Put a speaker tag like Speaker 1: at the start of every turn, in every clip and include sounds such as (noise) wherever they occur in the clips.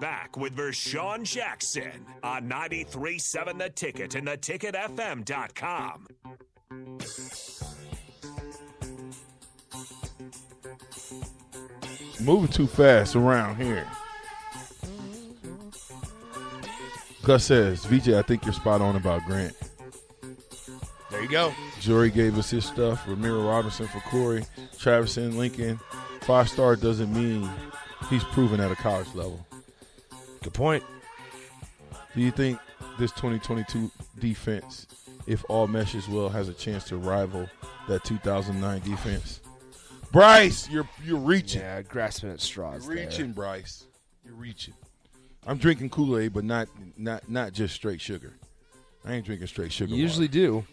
Speaker 1: Back with Vershawn Jackson on 93.7 The Ticket and theticketfm.com.
Speaker 2: Moving too fast around here. Gus says, VJ, I think you're spot on about Grant.
Speaker 3: There you go.
Speaker 2: Jory gave us his stuff. Ramiro Robinson for Corey. Travis and Lincoln. Five star doesn't mean he's proven at a college level.
Speaker 3: Good point.
Speaker 2: Do you think this 2022 defense, if all meshes well, has a chance to rival that 2009 defense? Bryce, you're you're reaching.
Speaker 3: Yeah, grasping at straws.
Speaker 2: You're
Speaker 3: there.
Speaker 2: reaching, Bryce. You're reaching. I'm drinking Kool Aid, but not not not just straight sugar. I ain't drinking straight sugar.
Speaker 3: You usually do,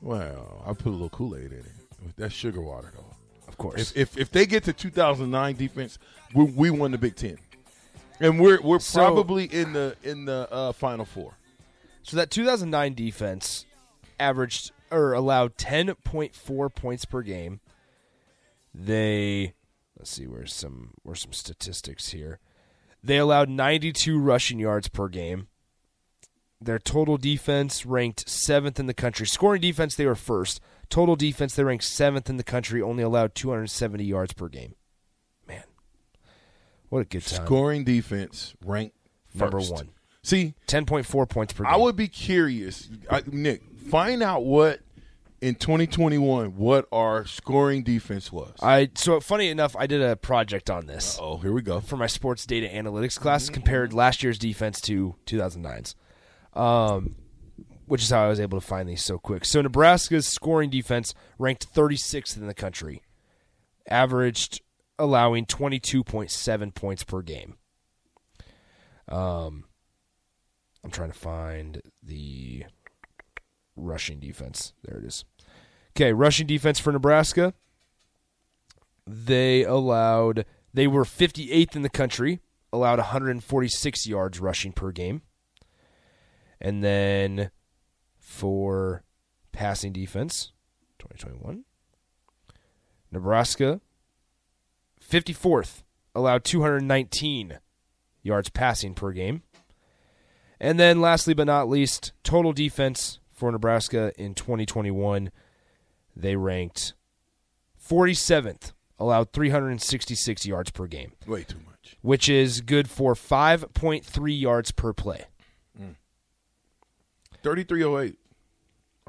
Speaker 2: water. well, I put a little Kool Aid in it. That's sugar water though.
Speaker 3: of course.
Speaker 2: If if, if they get to 2009 defense, we, we won the Big Ten, and we're we're
Speaker 3: So-
Speaker 2: probably in the in the uh, Final Four.
Speaker 3: so that 2009 defense averaged or allowed 10.4 points per game. They let's see where's some where's some statistics here. They allowed 92 rushing yards per game. Their total defense ranked seventh in the country. Scoring defense, they were first. Total defense, they ranked seventh in the country. Only allowed 270 yards per game. Man, what a good time!
Speaker 2: Scoring defense ranked
Speaker 3: Number
Speaker 2: first.
Speaker 3: one.
Speaker 2: See,
Speaker 3: 10.4 points per game.
Speaker 2: I would be curious, I, Nick. Find out what in 2021 what our scoring defense was.
Speaker 3: I so funny enough, I did a project on this
Speaker 2: oh, here we go.
Speaker 3: for my sports data analytics class. Compared last year's defense to 2009's, um, which is how I was able to find these so quick. So Nebraska's scoring defense ranked 36th in the country, averaged allowing 22.7 points per game. Um, I'm trying to find the rushing defense. There it is. Okay, rushing defense for Nebraska they allowed they were 58th in the country allowed 146 yards rushing per game and then for passing defense 2021 nebraska 54th allowed 219 yards passing per game and then lastly but not least total defense for nebraska in 2021 they ranked 47th, allowed 366 yards per game,
Speaker 2: Way too much.
Speaker 3: which is good for 5.3 yards per play.
Speaker 2: 3308.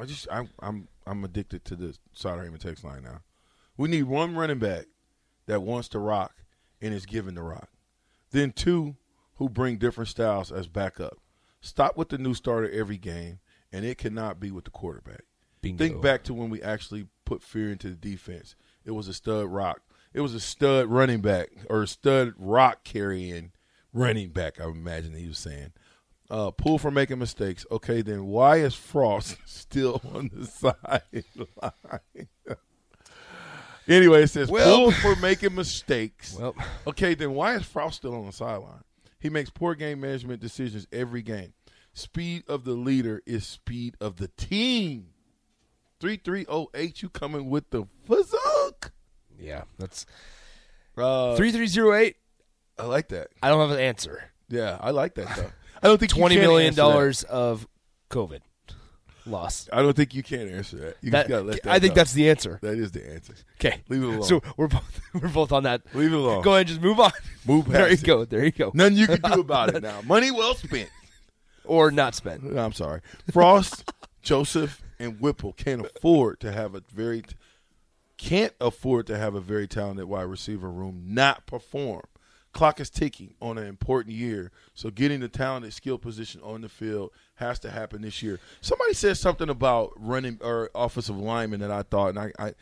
Speaker 2: I just I'm I'm I'm addicted to the Sauterheimer text line now. We need one running back that wants to rock and is given the rock. Then two who bring different styles as backup. Stop with the new starter every game, and it cannot be with the quarterback.
Speaker 3: Bingo.
Speaker 2: Think back to when we actually put fear into the defense. It was a stud rock. It was a stud running back or a stud rock carrying running back. I imagine he was saying, uh, "Pool for making mistakes." Okay, then why is Frost (laughs) still on the (laughs) sideline? anyway, it says Pool
Speaker 3: Well-
Speaker 2: for making mistakes.
Speaker 3: (laughs) Well,
Speaker 2: Okay, then why is Frost still on the sideline? He makes poor game management decisions every game. Speed of the leader is speed of the team. 3308, you coming with the fuzzunk.
Speaker 3: yeah, that's
Speaker 2: Uh,
Speaker 3: 3308.
Speaker 2: I like that.
Speaker 3: I don't have an answer.
Speaker 2: Yeah, I like that though. I don't think you
Speaker 3: 20
Speaker 2: can
Speaker 3: million
Speaker 2: answer
Speaker 3: dollars of COVID loss.
Speaker 2: that. I don't think you can answer that. You
Speaker 3: That-
Speaker 2: just gotta let that
Speaker 3: I think
Speaker 2: go.
Speaker 3: that's the answer.
Speaker 2: that is the answer.
Speaker 3: Okay.
Speaker 2: Leave it alone.
Speaker 3: So we're both (laughs) we're both on that.
Speaker 2: Leave it alone.
Speaker 3: Go ahead, just move on.
Speaker 2: Move
Speaker 3: (laughs) there
Speaker 2: past
Speaker 3: you
Speaker 2: it.
Speaker 3: go. There you go.
Speaker 2: Nothing you can do about
Speaker 3: (laughs)
Speaker 2: it now. Money well spent.
Speaker 3: Or not spend.
Speaker 2: I'm sorry. Frost, (laughs) Joseph, and Whipple can't afford to have a very can't afford to have a very talented wide receiver room not perform. Clock is ticking on an important year, so getting the talented skill position on the field has to happen this year. Somebody said something about running or offensive lineman that I thought, and I, I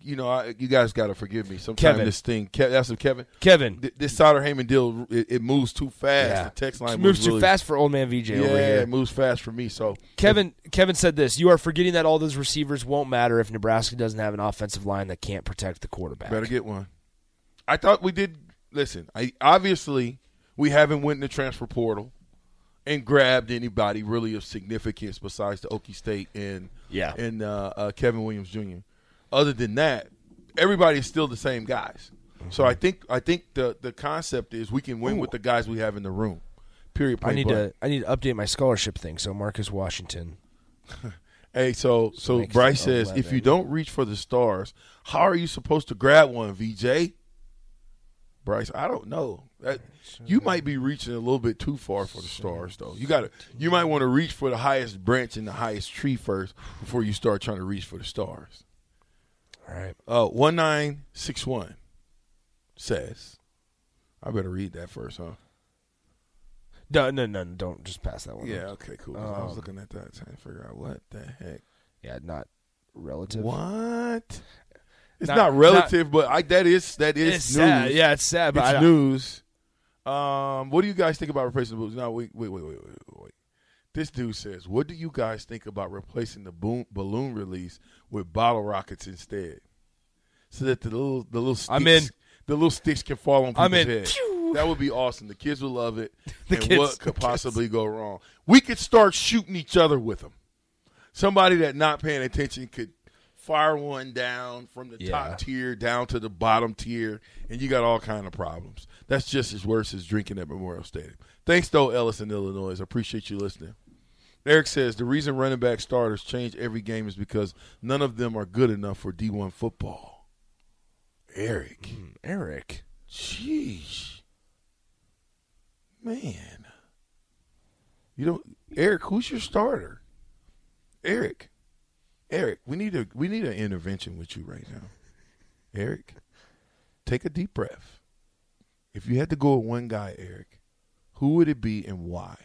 Speaker 2: you know, I, you guys got to forgive me. Sometimes
Speaker 3: Kevin.
Speaker 2: this thing, Kev, that's what Kevin.
Speaker 3: Kevin.
Speaker 2: Th- This Sauter Heyman deal, it, it moves too fast.
Speaker 3: Yeah.
Speaker 2: The text line
Speaker 3: moves too
Speaker 2: really-
Speaker 3: fast for old man VJ
Speaker 2: yeah,
Speaker 3: over here.
Speaker 2: it moves fast for me. So
Speaker 3: Kevin Kevin said this. You are forgetting that all those receivers won't matter if Nebraska doesn't have an offensive line that can't protect the quarterback.
Speaker 2: better get one. I thought we did. Listen, I obviously we haven't went in the transfer portal and grabbed anybody really of significance besides the Okie State and
Speaker 3: Yeah.
Speaker 2: and uh, uh, Kevin Williams Jr. Other than that, everybody's still the same guys. So
Speaker 3: Mm-hmm.
Speaker 2: I think I think the the concept is we can win with the guys we have in the room. Period.
Speaker 3: I
Speaker 2: plain
Speaker 3: need
Speaker 2: blank.
Speaker 3: to I need to update my scholarship thing. So Marcus Washington.
Speaker 2: Hey, so so
Speaker 3: makes
Speaker 2: Bryce
Speaker 3: it
Speaker 2: says if
Speaker 3: 11.
Speaker 2: you don't reach for the stars, how are you supposed to grab one, VJ? Bryce, I don't know. That, you might be reaching a little bit too far for the stars, though. You got to. You might want to reach for the highest branch and the highest tree first before you start trying to reach for the stars.
Speaker 3: All right.
Speaker 2: Uh, one nine six one says, "I better read that first, huh?"
Speaker 3: No, no, no, no, don't just pass that one.
Speaker 2: Yeah. Okay. Cool. 'cause I was
Speaker 3: Um,
Speaker 2: looking at that trying to figure out what the heck.
Speaker 3: Yeah, not relative.
Speaker 2: What? It's
Speaker 3: Not-
Speaker 2: not, relative, but I that is that is
Speaker 3: It's
Speaker 2: news.
Speaker 3: sad. Yeah, it's sad. But
Speaker 2: it's
Speaker 3: I,
Speaker 2: news. Um, what do you guys think about replacing the booms? No, wait, wait, wait, wait, wait, wait, wait. This dude says, "What do you guys think about replacing the boom, balloon release with bottle rockets instead, so that the little the little sticks,
Speaker 3: I'm in.
Speaker 2: the little sticks can fall on people's
Speaker 3: I'm in.
Speaker 2: heads?
Speaker 3: Pew.
Speaker 2: That would be awesome. The kids would love it.
Speaker 3: (laughs) The
Speaker 2: and
Speaker 3: kids-
Speaker 2: what could
Speaker 3: the kids.
Speaker 2: possibly go wrong? We could start shooting each other with them. Somebody that not paying attention could fire one down from the
Speaker 3: Yeah.
Speaker 2: top tier down to the bottom tier, and you got all kind of problems. That's just as worse as drinking at Memorial Stadium. Thanks, though, Ellis in Illinois. I appreciate you listening. Eric says the reason running back starters change every game is because none of them are good enough for D1 football. Eric,
Speaker 3: Hmm, Eric.
Speaker 2: jeez, man, you don't, Eric. Who's your starter? Eric, Eric, we need a we need an intervention with you right now. Eric, take a deep breath. If you had to go with one guy, Eric, who would it be and why?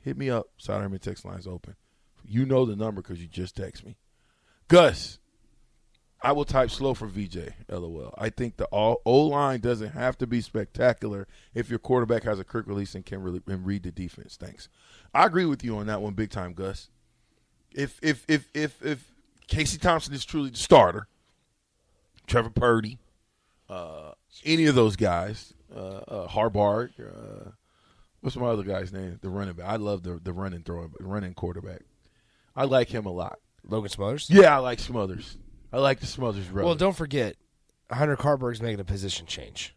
Speaker 2: Hit me up. Sidearm text line's open. You know the number because you just text me. Gus, I will type slow for VJ. LOL. I think the O line doesn't have to be spectacular if your quarterback has a quick release and can really and read the defense. Thanks. I agree with you on that one, big time, Gus. If if if if if Casey Thompson is truly the starter, Trevor Purdy, uh, any of those guys, uh, uh, Harbard, uh, what's my other guy's name? The running back. I love the the running throwing running quarterback. I like him a lot.
Speaker 3: Logan Smothers.
Speaker 2: Yeah, I like Smothers. I like the Smothers brother.
Speaker 3: Well, don't forget, Hunter Carberg's making a position change.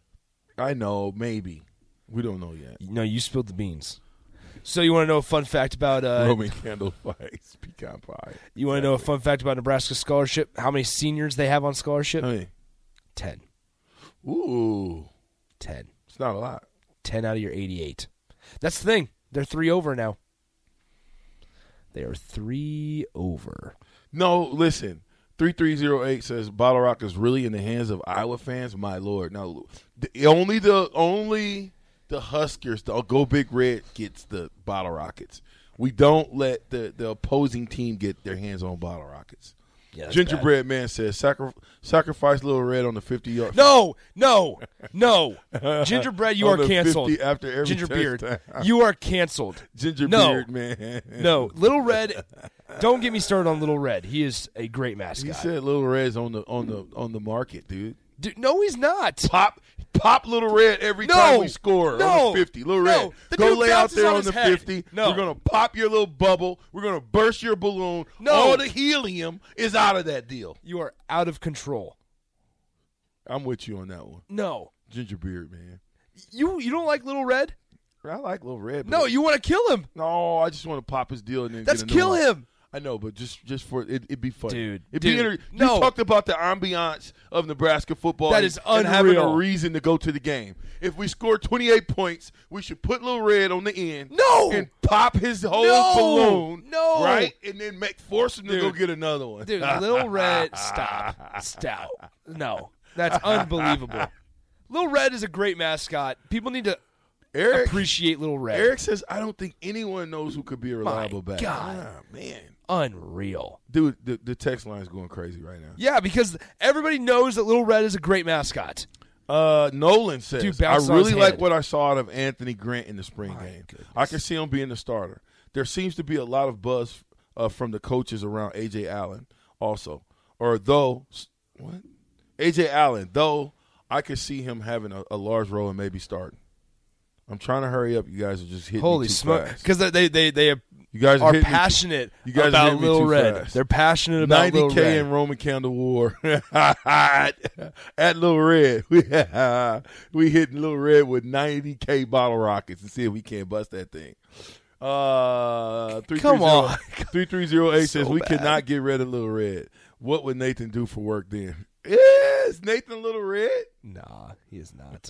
Speaker 2: I know, maybe. We don't know yet.
Speaker 3: No, you spilled the beans. So you want to know a fun fact about uh,
Speaker 2: Roman (laughs) candle fights, pecan pie.
Speaker 3: you want to know a fun fact about Nebraska scholarship? How many seniors they have on scholarship?
Speaker 2: I mean,
Speaker 3: Ten.
Speaker 2: ooh,
Speaker 3: Ten.
Speaker 2: it's not a lot.
Speaker 3: 10 out of your 88. That's the thing. They're three over now. They are three over.
Speaker 2: No, listen. 3308 says Bottle Rock is really in the hands of Iowa fans. My lord. Now, the, only the only the Huskers, the Go Big Red gets the Bottle Rockets. We don't let the, the opposing team get their hands on Bottle Rockets.
Speaker 3: Yeah, that's
Speaker 2: Gingerbread Man says sacri- sacrifice Little Red on the 50 yard (laughs)
Speaker 3: bad. No, no, no. Gingerbread, you
Speaker 2: On
Speaker 3: are
Speaker 2: the
Speaker 3: canceled.
Speaker 2: 50 after every (laughs)
Speaker 3: Gingerbeard,
Speaker 2: touchdown.
Speaker 3: you are canceled.
Speaker 2: ginger
Speaker 3: No.
Speaker 2: beard man.
Speaker 3: No, Little Red. Don't get me started on Little Red. He is a great mascot.
Speaker 2: He said Little Red's on the on the on the market, dude.
Speaker 3: Dude, no, he's not.
Speaker 2: Pop pop Little Red every
Speaker 3: No.
Speaker 2: time we score
Speaker 3: No.
Speaker 2: on the 50. Little
Speaker 3: No.
Speaker 2: Red,
Speaker 3: The
Speaker 2: go
Speaker 3: dude
Speaker 2: lay out
Speaker 3: bounces
Speaker 2: there
Speaker 3: on
Speaker 2: on,
Speaker 3: his
Speaker 2: the
Speaker 3: head.
Speaker 2: 50.
Speaker 3: No.
Speaker 2: We're going to pop your little bubble. We're going to burst your balloon.
Speaker 3: No.
Speaker 2: All the helium is out of that deal.
Speaker 3: You are out of control.
Speaker 2: I'm with you on that one.
Speaker 3: No,
Speaker 2: Ginger beard, man.
Speaker 3: you you don't like Little Red.
Speaker 2: I like Little Red. but-
Speaker 3: No, you want to kill him.
Speaker 2: No, I just want to pop his deal and then
Speaker 3: That's
Speaker 2: get a new
Speaker 3: kill
Speaker 2: one.
Speaker 3: him.
Speaker 2: I know, but just just for it, it'd be funny,
Speaker 3: Dude,
Speaker 2: It'd
Speaker 3: dude,
Speaker 2: be inter-
Speaker 3: no.
Speaker 2: You talked about the ambiance of Nebraska football.
Speaker 3: That
Speaker 2: and-
Speaker 3: is
Speaker 2: and having a
Speaker 3: unreal.
Speaker 2: reason to go to the game. If we score twenty eight points, we should put Little Red on the end.
Speaker 3: No.
Speaker 2: and pop his whole
Speaker 3: No.
Speaker 2: balloon.
Speaker 3: No.
Speaker 2: right, and then make force him to go
Speaker 3: Dude.
Speaker 2: get another one.
Speaker 3: (laughs) Dude, Little Red, stop. Stop. No. That's unbelievable. Little Red is a great mascot. People need to
Speaker 2: (laughs) Eric
Speaker 3: appreciate Little Red.
Speaker 2: Eric says I don't think anyone knows who could be a reliable back.
Speaker 3: God.
Speaker 2: Ah, man,
Speaker 3: Unreal.
Speaker 2: dude, the, the text line's going crazy right now.
Speaker 3: Yeah, because everybody knows that Little Red is a great mascot.
Speaker 2: Uh, Nolan says,
Speaker 3: Dude,
Speaker 2: I
Speaker 3: bounced on
Speaker 2: really
Speaker 3: his
Speaker 2: like
Speaker 3: head.
Speaker 2: what I saw out of Anthony Grant in the spring game. I can see him being the starter. There seems to be a lot of buzz uh, from the coaches around AJ Allen, also. Or though, what? AJ Allen, though, I could see him having a, a large role and maybe starting. I'm trying to hurry up. You guys are just hitting me
Speaker 3: Holy
Speaker 2: too
Speaker 3: smoke.
Speaker 2: fast.
Speaker 3: Because they, they, they, they,
Speaker 2: You guys
Speaker 3: are
Speaker 2: hit me-
Speaker 3: passionate
Speaker 2: you guys
Speaker 3: about
Speaker 2: hit me
Speaker 3: Lil
Speaker 2: too
Speaker 3: Red.
Speaker 2: fast.
Speaker 3: They're passionate about
Speaker 2: Ninety
Speaker 3: Lil
Speaker 2: K
Speaker 3: Red.
Speaker 2: and Roman Candle War (laughs) at Little Red. (laughs) We we hitting Little Red with ninety K bottle rockets and see if we can't bust that thing. Uh,
Speaker 3: Come on.
Speaker 2: (laughs) three three zero eight says
Speaker 3: (laughs) So
Speaker 2: we
Speaker 3: bad.
Speaker 2: cannot get rid of Little Red. What would Nathan do for work then? Is Nathan Little Red?
Speaker 3: nah, he is not.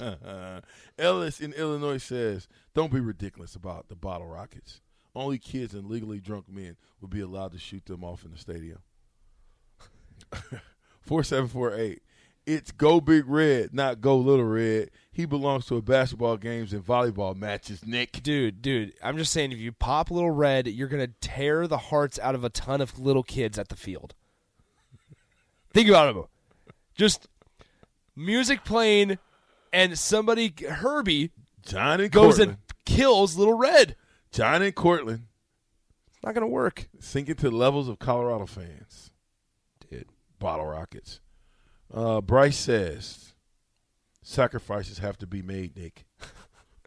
Speaker 2: (laughs) Ellis in Illinois says, "Don't be ridiculous about the bottle rockets. Only kids and legally drunk men would be allowed to shoot them off in the stadium." (laughs) Four seven four eight. It's go big red, not go little red. He belongs to a basketball games and volleyball matches. Nick,
Speaker 3: Dude, dude, I'm just saying if you pop Little Red, you're going to tear the hearts out of a ton of little kids at the field. Think about it. Just music playing and somebody Herbie
Speaker 2: John and
Speaker 3: goes
Speaker 2: Cortland.
Speaker 3: and kills Little Red.
Speaker 2: John and Cortland
Speaker 3: It's not going to work.
Speaker 2: sinking to the levels of Colorado fans.
Speaker 3: Dude.
Speaker 2: Bottle rockets. Uh, Bryce says, "Sacrifices have to be made,
Speaker 3: (laughs)
Speaker 2: Nick."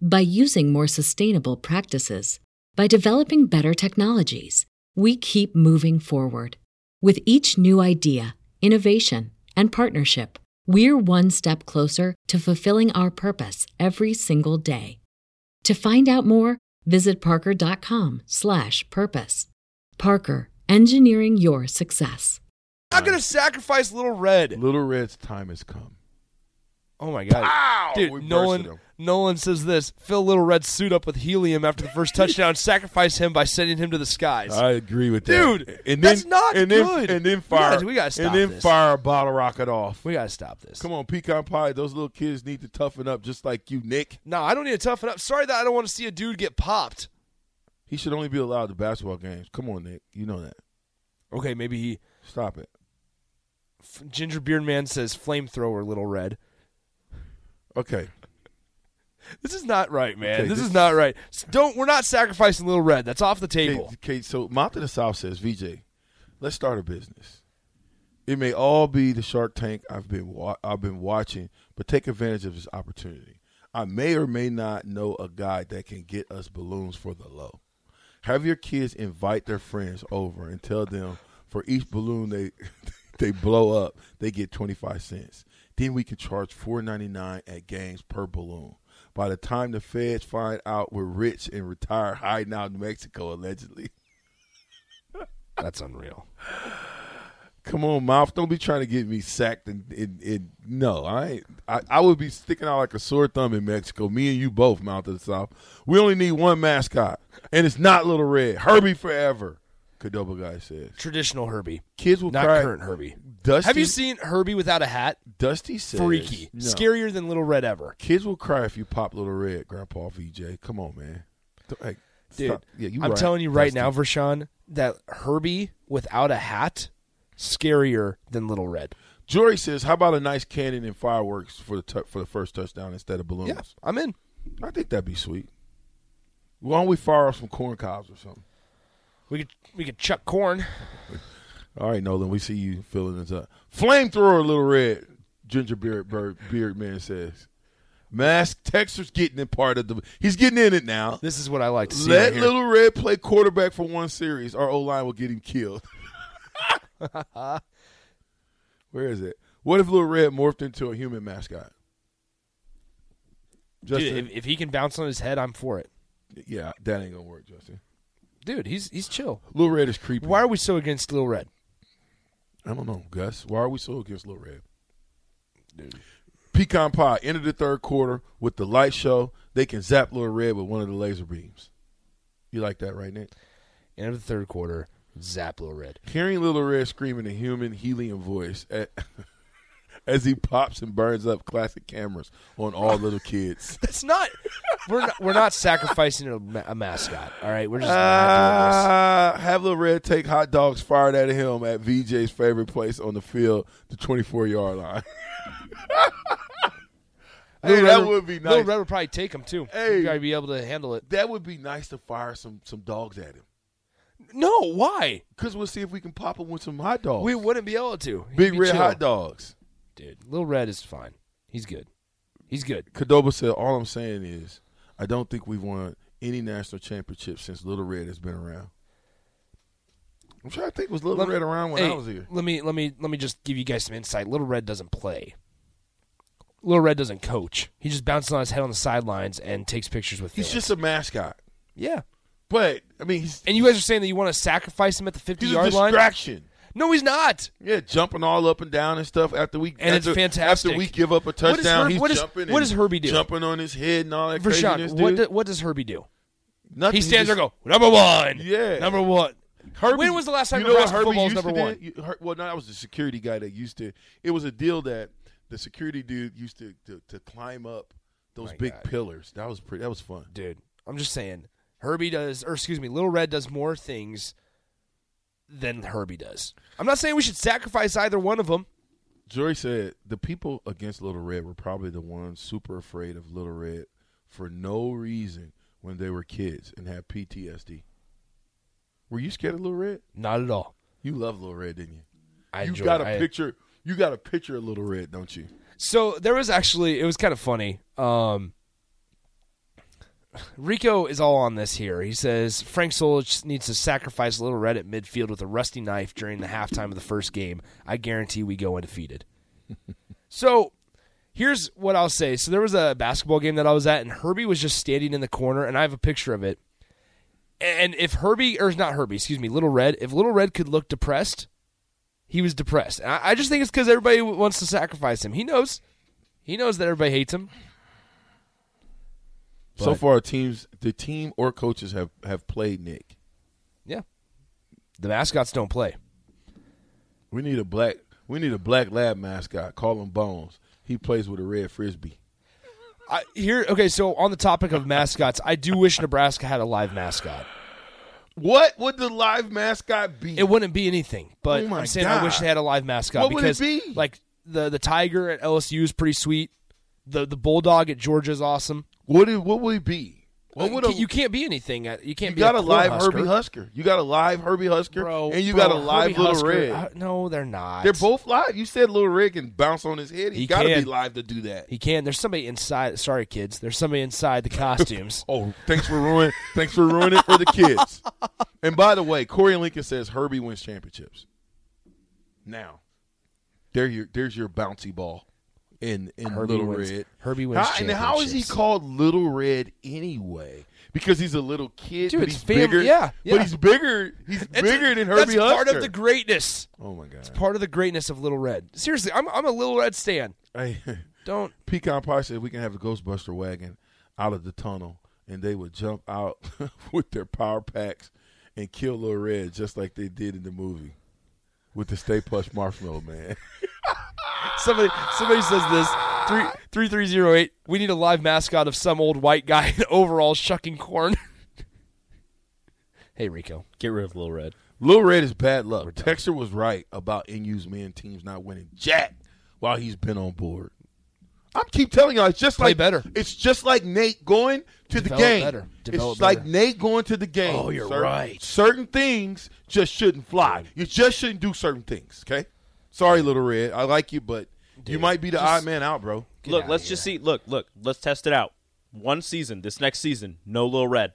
Speaker 4: by using more sustainable practices, by developing better technologies. We keep moving forward. With each new idea, innovation, and partnership, we're one step closer to fulfilling our purpose every single day. To find out more, visit parker.com/purpose. Parker, engineering your success.
Speaker 3: not going to sacrifice Little Red.
Speaker 2: Little Red's time has come.
Speaker 3: Oh my god.
Speaker 2: Pow! We
Speaker 3: Dude,
Speaker 2: bursted
Speaker 3: Nolan
Speaker 2: him.
Speaker 3: Nolan says this, fill Little Red's suit up with helium after the first (laughs) touchdown, sacrifice him by sending him to the skies.
Speaker 2: I agree with that,
Speaker 3: Dude, that's not
Speaker 2: and
Speaker 3: good.
Speaker 2: Then, and
Speaker 3: We
Speaker 2: then fire,
Speaker 3: gotta- we gotta stop
Speaker 2: and then
Speaker 3: this.
Speaker 2: fire a bottle rocket off.
Speaker 3: we got to stop this.
Speaker 2: Come on, pecan pie. Those little kids need to toughen up, just like you, Nick.
Speaker 3: No, I don't need to toughen up. Sorry that I don't want to see a dude get popped.
Speaker 2: He should only be allowed to basketball games. Come on, Nick. You know that.
Speaker 3: Okay, maybe he.
Speaker 2: Stop it.
Speaker 3: F- Ginger Beard Man says flamethrower, little red.
Speaker 2: Okay,
Speaker 3: This is not right, man.
Speaker 2: Okay,
Speaker 3: this,
Speaker 2: this-
Speaker 3: is not right. S- Don't. We're not sacrificing little red. That's off the table.
Speaker 2: Okay, okay, so Mount to the South says, VJ, let's start a business. It may all be the Shark Tank I've been wa- I've been watching, but take advantage of this opportunity. I may or may not know a guy that can get us balloons for the low. Have your kids invite their friends over and tell them for each balloon they (laughs) they blow up, they get 25 cents. Then we can charge 4.99 at games per balloon. By the time the feds find out we're rich and retired hiding out in Mexico allegedly.
Speaker 3: That's unreal.
Speaker 2: Come on, mouth! Don't be trying to get me sacked. And, and, and no, I, ain't, I I would be sticking out like a sore thumb in Mexico. Me and you both, mouth of the south. We only need one mascot, and it's not Little Red. Herbie forever. Cadoba guy says
Speaker 3: Traditional Herbie,
Speaker 2: kids will
Speaker 3: not
Speaker 2: cry.
Speaker 3: current Herbie.
Speaker 2: Dusty,
Speaker 3: Have you seen Herbie without a hat?
Speaker 2: Dusty says
Speaker 3: Freaky,
Speaker 2: no.
Speaker 3: scarier than little red ever.
Speaker 2: Kids will cry if you pop Little Red, Grandpa VJ. Come on, man. Don't- Hey,
Speaker 3: Dude,
Speaker 2: stop. Yeah, you
Speaker 3: I'm
Speaker 2: right,
Speaker 3: telling you right
Speaker 2: Dusty.
Speaker 3: now, Vershawn, that Herbie without a hat, scarier than little red.
Speaker 2: Jory says, "How about a nice cannon and fireworks for the tu- for the first touchdown instead of balloons?"
Speaker 3: Yeah, I'm in.
Speaker 2: I think that'd be sweet. Why don't we fire off some corn cobs or something?
Speaker 3: We could we could chuck corn.
Speaker 2: All right, Nolan, we see you filling this up. Flamethrower, little red ginger beard bird, beard man says. Mask Texter's getting in part of the. He's getting in it now.
Speaker 3: This is what I like to see. right
Speaker 2: Let
Speaker 3: here.
Speaker 2: little red play quarterback for one (laughs) series. Our O line will get him killed. Where is it? What if Little Red morphed into a human mascot?
Speaker 3: Dude,
Speaker 2: Justin,
Speaker 3: if, if he can bounce on his head, I'm for it.
Speaker 2: yeah, that ain't gonna work, Justin.
Speaker 3: Dude, he's he's chill.
Speaker 2: Little Red is creepy.
Speaker 3: Why are we so against Lil Red?
Speaker 2: I don't know, Gus. Why are we so against Little Red? Pecan Pie ended the third quarter with the light show. They can zap Little Red with one of the laser beams. You like that, right, Nick?
Speaker 3: End of the third quarter, zap Lil
Speaker 2: (laughs)
Speaker 3: Red.
Speaker 2: Hearing Little Red scream in a human helium voice at, (laughs) as he pops and burns up classic cameras on all little kids.
Speaker 3: That's not. (laughs) We're not, we're not sacrificing a, ma- a mascot. All right, we're just not doing this.
Speaker 2: (laughs) Ah, (laughs) have Little Red take hot dogs fired at him at VJ's favorite place on the field, the 24 yard line. (laughs) hey,
Speaker 3: Lil
Speaker 2: that
Speaker 3: Red-
Speaker 2: Ah, would be nice.
Speaker 3: Lil Red would probably take him too.
Speaker 2: Hey.
Speaker 3: you gotta be able to handle it.
Speaker 2: That would be nice to fire some some dogs at him.
Speaker 3: No, why?
Speaker 2: Cause we'll see if we can pop him with some hot dogs.
Speaker 3: We wouldn't be able to. He'd
Speaker 2: Big
Speaker 3: be
Speaker 2: red
Speaker 3: chill.
Speaker 2: hot dogs.
Speaker 3: dude. Lil Red is fine. He's good. He's good.
Speaker 2: Kadoba said, "All I'm saying is, I don't think we've won any national championship since Little Red has been around." I'm trying to think, was Little
Speaker 3: Let me-
Speaker 2: Red around when I
Speaker 3: hey,
Speaker 2: was here?
Speaker 3: Let me let me let me just give you guys some insight. Little Red doesn't play. Little Red doesn't coach. He just bounces on his head on the sidelines and takes pictures with
Speaker 2: He's
Speaker 3: fans.
Speaker 2: just a mascot,
Speaker 3: yeah.
Speaker 2: but I mean, he's
Speaker 3: And you guys are saying that you want to sacrifice him at the fifty
Speaker 2: he's a
Speaker 3: yard line?
Speaker 2: distraction.
Speaker 3: No, he's not.
Speaker 2: Yeah, jumping all up and down and stuff after we
Speaker 3: And it's
Speaker 2: after,
Speaker 3: fantastic.
Speaker 2: After we give up a
Speaker 3: does
Speaker 2: touchdown,
Speaker 3: Her-
Speaker 2: he's
Speaker 3: what does-
Speaker 2: jumping.
Speaker 3: what
Speaker 2: and
Speaker 3: does Herbie do?
Speaker 2: Jumping on his head and all that
Speaker 3: Vershawn,
Speaker 2: craziness.
Speaker 3: what
Speaker 2: dude.
Speaker 3: do, what does Herbie do?
Speaker 2: Nothing.
Speaker 3: He stands
Speaker 2: just-
Speaker 3: there, and go number one.
Speaker 2: Yeah.
Speaker 3: number one. when was the last time
Speaker 2: you know what
Speaker 3: Nebraska
Speaker 2: Herbie
Speaker 3: football was
Speaker 2: used
Speaker 3: number
Speaker 2: to do?
Speaker 3: one?
Speaker 2: You- Her- well, no, that was the security guy that used to. It was a deal that the security dude used to to, to climb up those
Speaker 3: My
Speaker 2: big
Speaker 3: God.
Speaker 2: pillars. That was pretty. That was fun.
Speaker 3: dude. I'm just saying, Herbie does, or excuse me, Little Red does more things than Herbie does. I'm not saying we should sacrifice either one of them.
Speaker 2: Jory said the people against Little Red were probably the ones super afraid of Little Red for no reason when they were kids and had PTSD. Were you scared of Little Red?
Speaker 3: Not at all.
Speaker 2: You love Little Red, didn't you?
Speaker 3: I
Speaker 2: you
Speaker 3: enjoy
Speaker 2: got
Speaker 3: it. I-
Speaker 2: a picture. You got a picture of Little Red, don't you?
Speaker 3: So there was actually it was kind of funny. Um, Rico is all on this here. He says Frank Solich needs to sacrifice Little Red at midfield with a rusty knife during the halftime of the first game. I guarantee we go undefeated. so here's what I'll say. So there was a basketball game that I was at, and Herbie was just standing in the corner, and I have a picture of it. And if Herbie or not Herbie, excuse me, Little Red, if Little Red could look depressed, he was depressed. And I, I just think it's because everybody w- wants to sacrifice him. He knows. He knows that everybody hates him.
Speaker 2: so
Speaker 3: But-
Speaker 2: far, teams, the team or coaches have have played Nick.
Speaker 3: Yeah. The mascots don't play.
Speaker 2: We need a black. We need a black lab mascot. Call him Bones. He plays with a red frisbee.
Speaker 3: I, here, okay. So on the topic of mascots, I do wish Nebraska had a live mascot.
Speaker 2: What would the live mascot be?
Speaker 3: It wouldn't be anything, but
Speaker 2: Oh my
Speaker 3: I'm saying I
Speaker 2: God.
Speaker 3: wish they had a live mascot
Speaker 2: What would it
Speaker 3: because,
Speaker 2: be?
Speaker 3: like the the tiger at LSU is pretty sweet. The the bulldog at Georgia is awesome.
Speaker 2: what, it, what would it be? Oh, What would a,
Speaker 3: Uh, you can't be anything. at- You can't
Speaker 2: you
Speaker 3: be
Speaker 2: got a
Speaker 3: a
Speaker 2: live
Speaker 3: Cornhusker.
Speaker 2: Herbie Husker. You got a live Herbie Husker,
Speaker 3: bro,
Speaker 2: and you
Speaker 3: bro,
Speaker 2: got a live
Speaker 3: Herbie
Speaker 2: Little
Speaker 3: Husker-
Speaker 2: Red.
Speaker 3: I- no, they're not.
Speaker 2: They're both live. You said Little Red can bounce on his head.
Speaker 3: He
Speaker 2: He's got to be
Speaker 3: can.
Speaker 2: live to do that.
Speaker 3: He can. There's somebody inside. Sorry, kids. There's somebody (laughs) inside the costumes.
Speaker 2: Oh, thanks for ruining thanks for ruining it for the
Speaker 3: (laughs)
Speaker 2: kids. And by the way, Corey Lincoln says Herbie wins championships. Now, there your there's your bouncy ball in in
Speaker 3: Herbie
Speaker 2: Little
Speaker 3: wins-
Speaker 2: Red.
Speaker 3: Herbie wins
Speaker 2: How- and how is he
Speaker 3: championships.
Speaker 2: called Little Red anyway? Because he's a little kid,
Speaker 3: Dude,
Speaker 2: but
Speaker 3: it's
Speaker 2: he's
Speaker 3: fam-
Speaker 2: bigger.
Speaker 3: yeah, yeah.
Speaker 2: but he's bigger. He's
Speaker 3: It's-
Speaker 2: bigger than Herbie
Speaker 3: That's part
Speaker 2: Husker.
Speaker 3: of the greatness.
Speaker 2: oh my god!
Speaker 3: Part of the greatness of Little Red. Seriously, I'm I'm a Little Red stan.
Speaker 2: Hey,
Speaker 3: Don't
Speaker 2: Pecan Pie said we can have a Ghostbuster wagon out of the tunnel, and they would jump out (laughs) with their power packs and kill Little Red just like they did in the movie with the Stay Push Marshmallow Man.
Speaker 3: somebody somebody says this three three three zero eight. We need a live mascot of some old white guy in (laughs) overalls shucking corn. hey Rico,
Speaker 5: Get rid of Lil Red.
Speaker 2: Little Red is bad luck. Texter was right about NU's men teams not winning jack while he's been on board. I keep telling y'all, it's just
Speaker 3: Play
Speaker 2: like
Speaker 3: better.
Speaker 2: It's just like Nate going to the
Speaker 3: Develop
Speaker 2: game.
Speaker 3: better. Develop
Speaker 2: it's like
Speaker 3: better.
Speaker 2: Nate going to the game.
Speaker 5: Oh, you're right.
Speaker 2: Certain things just shouldn't fly. You just shouldn't do certain things. Okay. Sorry, Little Red. I like you, but you might be the odd man out, bro.
Speaker 5: look, let's just see. Look, look, let's test it out. One season, this next season, no Lil Red.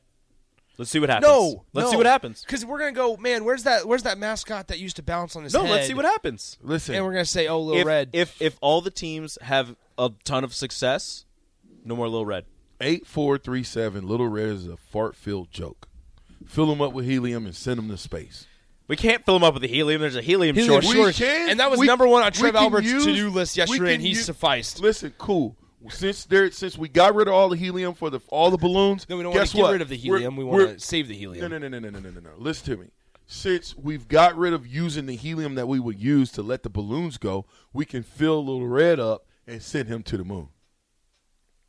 Speaker 5: Let's see what happens.
Speaker 3: No,
Speaker 5: Let's see what happens.
Speaker 3: Because we're gonna go, man. Where's that? Where's that mascot that used to bounce on his
Speaker 5: No,
Speaker 3: head?
Speaker 5: let's see what happens.
Speaker 2: Listen,
Speaker 3: And we're gonna say, oh, little
Speaker 5: If,
Speaker 3: red.
Speaker 5: if if all the teams have a ton of success, no more little red.
Speaker 2: eight four three seven. Little Red is a fart-filled joke. Fill them up with helium and send them to space.
Speaker 5: We can't fill them up with the helium. There's a helium,
Speaker 3: Helium
Speaker 5: shortage.
Speaker 3: shortage.
Speaker 2: We can-
Speaker 3: and that was
Speaker 2: we-
Speaker 3: number one on
Speaker 2: we
Speaker 3: Trev
Speaker 2: can
Speaker 3: Albert's
Speaker 2: use-
Speaker 3: to-do list
Speaker 2: we
Speaker 3: yesterday,
Speaker 2: can
Speaker 3: and he
Speaker 2: use-
Speaker 3: sufficed.
Speaker 2: Listen, cool. Since there, since we got rid of all the helium for the all the balloons,
Speaker 3: Then we don't
Speaker 2: guess
Speaker 3: want to get
Speaker 2: what?
Speaker 3: rid of the
Speaker 2: We're-
Speaker 3: helium. we
Speaker 2: we're-
Speaker 3: want to save the helium.
Speaker 2: No, no, no, no, no, no, no, no, no. Listen to me. Since we've got rid of using the helium that we would use to let the balloons go, we can fill Little Red up and send him to the moon.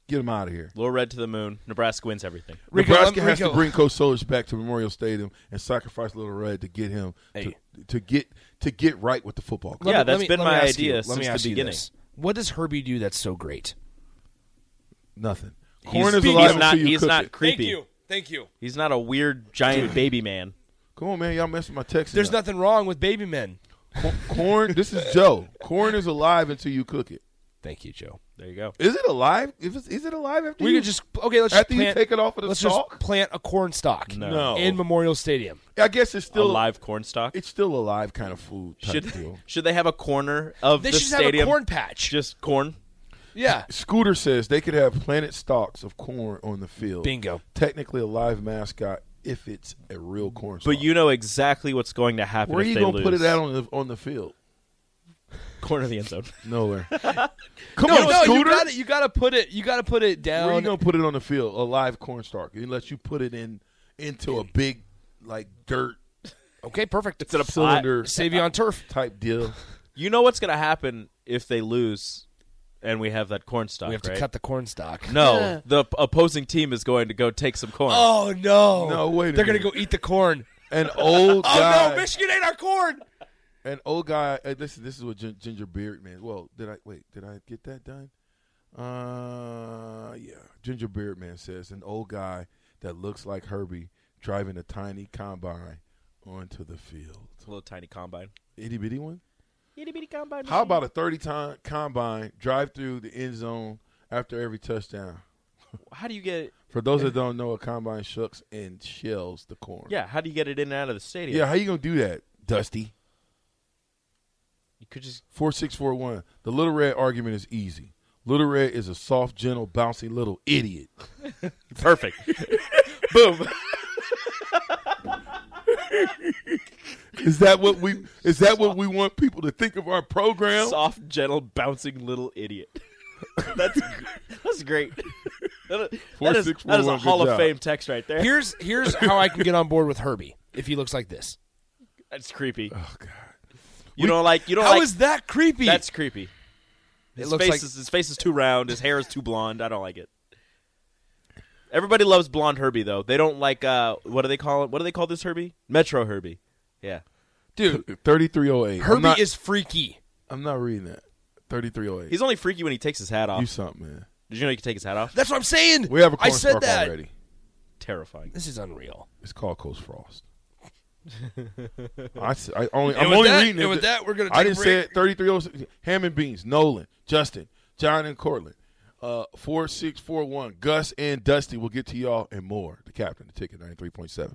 Speaker 2: Get him out of here.
Speaker 5: Little red to the moon. Nebraska wins everything.
Speaker 3: Rico,
Speaker 2: Nebraska
Speaker 3: let-
Speaker 2: has
Speaker 3: Rico.
Speaker 2: to bring Coach Solich back to Memorial Stadium and sacrifice Little Red to get him to,
Speaker 3: Hey.
Speaker 2: to get to get right with the football club.
Speaker 3: Let
Speaker 5: Yeah,
Speaker 3: me- let
Speaker 5: that's
Speaker 3: me-
Speaker 5: been
Speaker 3: let me
Speaker 5: my
Speaker 3: ask
Speaker 5: idea
Speaker 3: you- let
Speaker 5: since
Speaker 3: me
Speaker 5: the
Speaker 3: ask you
Speaker 5: beginning.
Speaker 3: this. What does Herbie do that's so great?
Speaker 2: Nothing. Corn is
Speaker 5: he's
Speaker 2: alive
Speaker 5: not-
Speaker 2: until you
Speaker 5: he's
Speaker 2: cook
Speaker 5: not
Speaker 2: it.
Speaker 5: cre- Creepy.
Speaker 3: Thank you. Thank you.
Speaker 5: He's not a weird giant baby man.
Speaker 2: Come on, man, y'all messing my text.
Speaker 3: There's
Speaker 2: up.
Speaker 3: nothing wrong with baby men.
Speaker 2: Co- corn. This is Joe. Corn is alive until you cook it.
Speaker 3: Thank you, Joe.
Speaker 5: There you go.
Speaker 2: Is it alive? If it's, is it alive after
Speaker 3: We
Speaker 2: you
Speaker 3: could just okay. Let's
Speaker 2: after
Speaker 3: just plant,
Speaker 2: you take it off of the
Speaker 3: let's
Speaker 2: stalk?
Speaker 3: just plant a corn stalk
Speaker 5: No.
Speaker 3: in Memorial Stadium.
Speaker 2: I guess it's
Speaker 5: Still
Speaker 2: still
Speaker 5: a live corn stalk.
Speaker 2: It's still a live kind of food type
Speaker 5: Should
Speaker 2: deal.
Speaker 5: should they have a corner of
Speaker 3: They
Speaker 5: the
Speaker 3: should just
Speaker 5: stadium?
Speaker 3: have a corn patch.
Speaker 5: Just corn.
Speaker 3: yeah,
Speaker 2: Scooter says they could have planted stalks of corn on the field.
Speaker 3: bingo.
Speaker 2: Technically a live mascot if it's a real corn.
Speaker 5: But
Speaker 2: stalk.
Speaker 5: you know exactly what's going to happen.
Speaker 2: where are
Speaker 5: if
Speaker 2: you
Speaker 5: they
Speaker 2: gonna put
Speaker 5: lose.
Speaker 2: it out on the on the field?
Speaker 5: Corner of
Speaker 2: (laughs)
Speaker 5: the end zone.
Speaker 2: Nowhere. Come
Speaker 3: No,
Speaker 2: on,
Speaker 3: no, you
Speaker 2: Scooter.
Speaker 3: got to You got to put it. You got to put it down.
Speaker 2: Where you gonna put it on the field? A live corn stalk, unless you put it in into a big like dirt
Speaker 3: okay, perfect. It's
Speaker 2: cylinder
Speaker 3: Save you on turf.
Speaker 2: type
Speaker 3: (laughs)
Speaker 2: deal.
Speaker 5: You know what's going to happen if they lose, and we have that corn stalk.
Speaker 3: We have to
Speaker 5: right?
Speaker 3: cut the corn
Speaker 2: (laughs)
Speaker 3: stalk.
Speaker 5: No, the p- opposing team is going to go take some corn.
Speaker 3: Oh no!
Speaker 2: No, wait a
Speaker 3: They're gonna
Speaker 2: minute.
Speaker 3: go eat the corn.
Speaker 2: An old guy.
Speaker 3: Oh no! Michigan ate our corn.
Speaker 2: an old guy. Uh, this this is what Gin- Ginger Beard Man. Well, did I wait? Did I get that done? Uh, yeah. Ginger Beard Man says an old guy that looks like Herbie driving a tiny combine onto the field.
Speaker 5: It's a little tiny combine.
Speaker 2: Itty bitty one.
Speaker 5: Itty bitty combine.
Speaker 2: How about a thirty time combine drive through the end zone after every touchdown?
Speaker 5: How do you get?
Speaker 2: For those that don't know, a combine shucks and shells the corn.
Speaker 5: Yeah, how do you get it in and out of the stadium?
Speaker 2: Yeah. How you gonna do that, Dusty?
Speaker 5: you could just.
Speaker 2: Four six four one. The little red argument is easy. Little red is a soft, gentle, bouncy little idiot.
Speaker 5: Perfect. Boom.
Speaker 2: Is that what we? Is that what we want people to think of our program?
Speaker 5: Soft, gentle, bouncing little
Speaker 2: (laughs)
Speaker 5: idiot. that's that's great. That is-
Speaker 2: Four,
Speaker 5: that is,
Speaker 2: six,
Speaker 5: that is
Speaker 2: four,
Speaker 5: a
Speaker 2: one. Good
Speaker 5: Hall of
Speaker 2: job.
Speaker 5: Fame text right there.
Speaker 3: Here's here's how I can get on board with Herbie if he looks like this.
Speaker 5: That's creepy.
Speaker 2: Oh God.
Speaker 5: You don't like. (laughs) You don't
Speaker 3: How is
Speaker 5: like.
Speaker 3: that creepy?
Speaker 5: That's creepy. His
Speaker 3: looks
Speaker 5: face
Speaker 3: like-
Speaker 5: is his face is too round. His hair is too blonde. I don't like it. Everybody loves blonde Herbie though. They don't like uh what do they call it? What do they call this Herbie? Metro Herbie. Yeah.
Speaker 3: dude.
Speaker 2: Thirty three oh eight.
Speaker 3: Herbie
Speaker 2: I'm not,
Speaker 3: is freaky.
Speaker 2: I'm not reading that. Thirty three oh eight.
Speaker 5: He's only freaky when he takes his hat off.
Speaker 2: You something, man.
Speaker 5: Did you know he can take his hat off?
Speaker 3: That's what I'm saying.
Speaker 2: We have a corn
Speaker 3: I said
Speaker 2: stalk
Speaker 3: that.
Speaker 2: already.
Speaker 5: Terrifying.
Speaker 3: This is unreal.
Speaker 2: It's called Coast
Speaker 3: (laughs)
Speaker 2: Frost. I, s- I only,
Speaker 3: And
Speaker 2: I'm
Speaker 3: with
Speaker 2: only
Speaker 3: that-
Speaker 2: reading it.
Speaker 3: and with that, we're gonna
Speaker 2: I
Speaker 3: take a
Speaker 2: just
Speaker 3: break.
Speaker 2: said 3306. Hammond Beans, Nolan, Justin, John, and Cortland. Uh, 4641. Gus and Dusty will get to y'all and more. The captain, the ticket, 93.7.